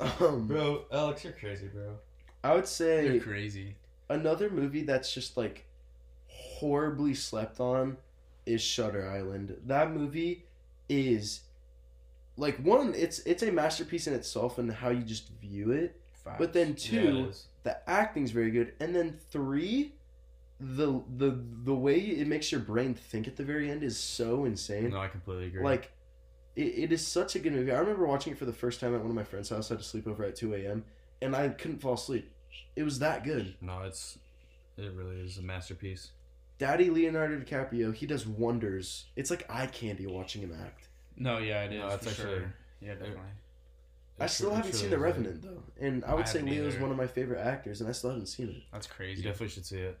Speaker 1: Um,
Speaker 2: bro. Alex, you're crazy, bro.
Speaker 1: I would say
Speaker 3: you're crazy
Speaker 1: another movie that's just like horribly slept on is Shutter Island. That movie is like one, it's it's a masterpiece in itself and how you just view it. But then two, the acting's very good, and then three, the the the way it makes your brain think at the very end is so insane.
Speaker 2: no, I completely agree.
Speaker 1: Like, it, it is such a good movie. I remember watching it for the first time at one of my friends' house. I had to sleep over at 2 a.m. and I couldn't fall asleep. It was that good.
Speaker 2: no, it's It really is a masterpiece.
Speaker 1: Daddy Leonardo DiCaprio, he does wonders. It's like eye candy watching him act.
Speaker 3: No, yeah, it is.
Speaker 2: No, that's
Speaker 3: for
Speaker 2: actually-
Speaker 3: sure. Yeah, definitely.
Speaker 1: I
Speaker 2: It
Speaker 1: still
Speaker 2: tru- it
Speaker 1: haven't seen
Speaker 2: truly
Speaker 1: The
Speaker 2: is.
Speaker 1: Revenant though, and I would
Speaker 3: I
Speaker 1: say
Speaker 3: haven't
Speaker 1: Leo is
Speaker 3: either.
Speaker 1: one of my favorite actors, and I still haven't seen it.
Speaker 3: That's
Speaker 2: You
Speaker 3: crazy.
Speaker 2: definitely should see it.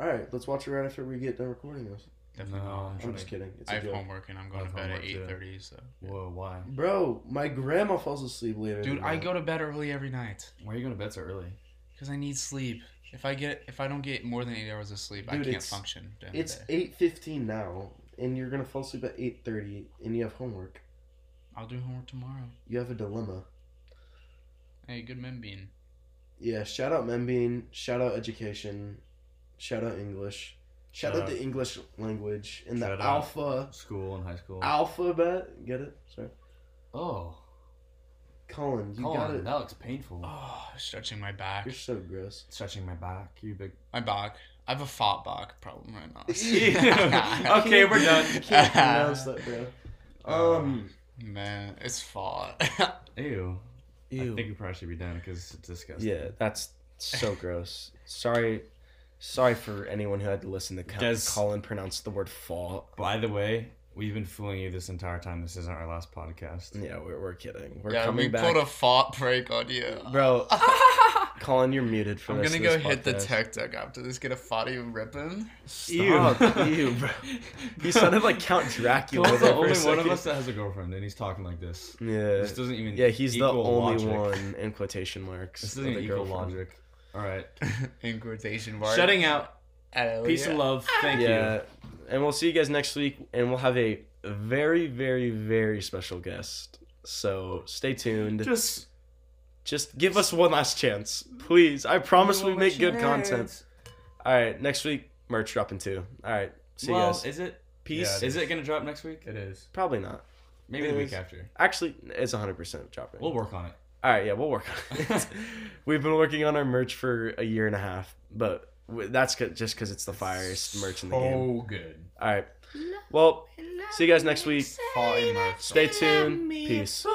Speaker 1: All right, let's watch it right after we get done recording this.
Speaker 3: definitely.
Speaker 2: No,
Speaker 3: not.
Speaker 2: I'm
Speaker 1: I'm
Speaker 2: Sure.
Speaker 1: just kidding. It's
Speaker 3: I
Speaker 1: a
Speaker 3: have
Speaker 1: joke.
Speaker 3: homework and I'm
Speaker 2: I
Speaker 3: going to
Speaker 2: have
Speaker 3: bed at
Speaker 2: homework, too.
Speaker 3: eight thirty. So,
Speaker 2: Whoa, why?
Speaker 1: Bro, my grandma falls asleep later.
Speaker 3: dude,
Speaker 1: than
Speaker 3: I
Speaker 1: that.
Speaker 3: go to bed early every night
Speaker 2: Why are you going to bed so early?
Speaker 3: because I need sleep. If I get if I don't get more than eight hours of sleep, I
Speaker 1: Dude,
Speaker 3: can't
Speaker 1: it's-
Speaker 3: function. during the
Speaker 1: It's
Speaker 3: day.
Speaker 1: eight fifteen now, and you're gonna fall asleep at eight thirty, and you have homework.
Speaker 3: I'll do homework tomorrow.
Speaker 1: You have a dilemma.
Speaker 3: Hey, good men being.
Speaker 1: Yeah, shout out Membean, shout out education, shout out English, shout,
Speaker 2: Shout
Speaker 1: out, the
Speaker 2: out-
Speaker 1: English language and
Speaker 2: shout
Speaker 1: the
Speaker 2: out-
Speaker 1: alpha
Speaker 2: School and high school.
Speaker 1: alphabet. Get it? Sorry,
Speaker 2: Oh,
Speaker 1: Colin, you
Speaker 2: Colin,
Speaker 1: got it.
Speaker 2: that looks painful.
Speaker 3: Oh, stretching my back.
Speaker 1: You're so gross.
Speaker 2: Stretching my back. You big.
Speaker 3: My back. I have a fat back problem right now.
Speaker 2: Yeah. Okay, we're done.
Speaker 1: You can't pronounce that, bro. Um,
Speaker 3: Man, it's fart.
Speaker 2: Ew. I
Speaker 1: ew.
Speaker 2: think we probably should be done because it's disgusting.
Speaker 1: Yeah, that's so gross. Sorry, sorry for anyone who had to listen to Col-
Speaker 2: Does-
Speaker 1: Colin pronounce the word "fall."
Speaker 2: By the way, we've been fooling you this entire time. This isn't our last podcast.
Speaker 1: Yeah, we're, we're kidding. We're
Speaker 3: yeah,
Speaker 1: coming
Speaker 3: we
Speaker 1: back,
Speaker 3: put a fart break on you.
Speaker 1: bro.
Speaker 3: I'm
Speaker 1: Colin, you're muted for the rest
Speaker 3: gonna go
Speaker 1: of this
Speaker 3: hit the
Speaker 1: podcast.
Speaker 3: tech deck after this. Get a fatty ripping.
Speaker 1: Stop. Ew. bro. You sounded like Count Dracula.
Speaker 2: Colin's
Speaker 1: there
Speaker 2: the
Speaker 1: for a
Speaker 2: only one of
Speaker 1: second.
Speaker 2: us that has a girlfriend, and he's talking like this. This
Speaker 1: Yeah.
Speaker 2: doesn't even.
Speaker 1: Yeah, he's the
Speaker 2: equal
Speaker 1: only
Speaker 2: logic.
Speaker 1: one in quotation marks.
Speaker 2: This
Speaker 1: of
Speaker 2: doesn't
Speaker 1: the
Speaker 2: even equal
Speaker 1: girlfriend.
Speaker 2: logic. All right.
Speaker 3: In quotation marks.
Speaker 2: Shutting out.
Speaker 3: Hell
Speaker 2: Peace
Speaker 3: yeah.
Speaker 2: and love. Thank you.
Speaker 1: Oh, Yeah. And we'll see you guys next week, and we'll have a very, very, very special guest. So stay tuned.
Speaker 2: Just
Speaker 1: Just give us one last chance, please. I promise we make good content. All right, next week merch dropping too. All right, see
Speaker 2: well,
Speaker 1: you guys.
Speaker 2: is it?
Speaker 1: Peace.
Speaker 2: Is it gonna drop next week? It is.
Speaker 1: Probably not.
Speaker 2: Maybe
Speaker 1: It
Speaker 2: the
Speaker 1: is.
Speaker 2: week after.
Speaker 1: Actually, it's 100% dropping.
Speaker 2: We'll work on it.
Speaker 1: All right, yeah, we'll work on it. We've been working on our merch for a year and a half, but w- that's c- just because it's the firest merch in the game.
Speaker 2: Oh, good.
Speaker 1: All right. Well, see you guys next week.
Speaker 3: Fatty merch.
Speaker 1: Stay tuned. Peace.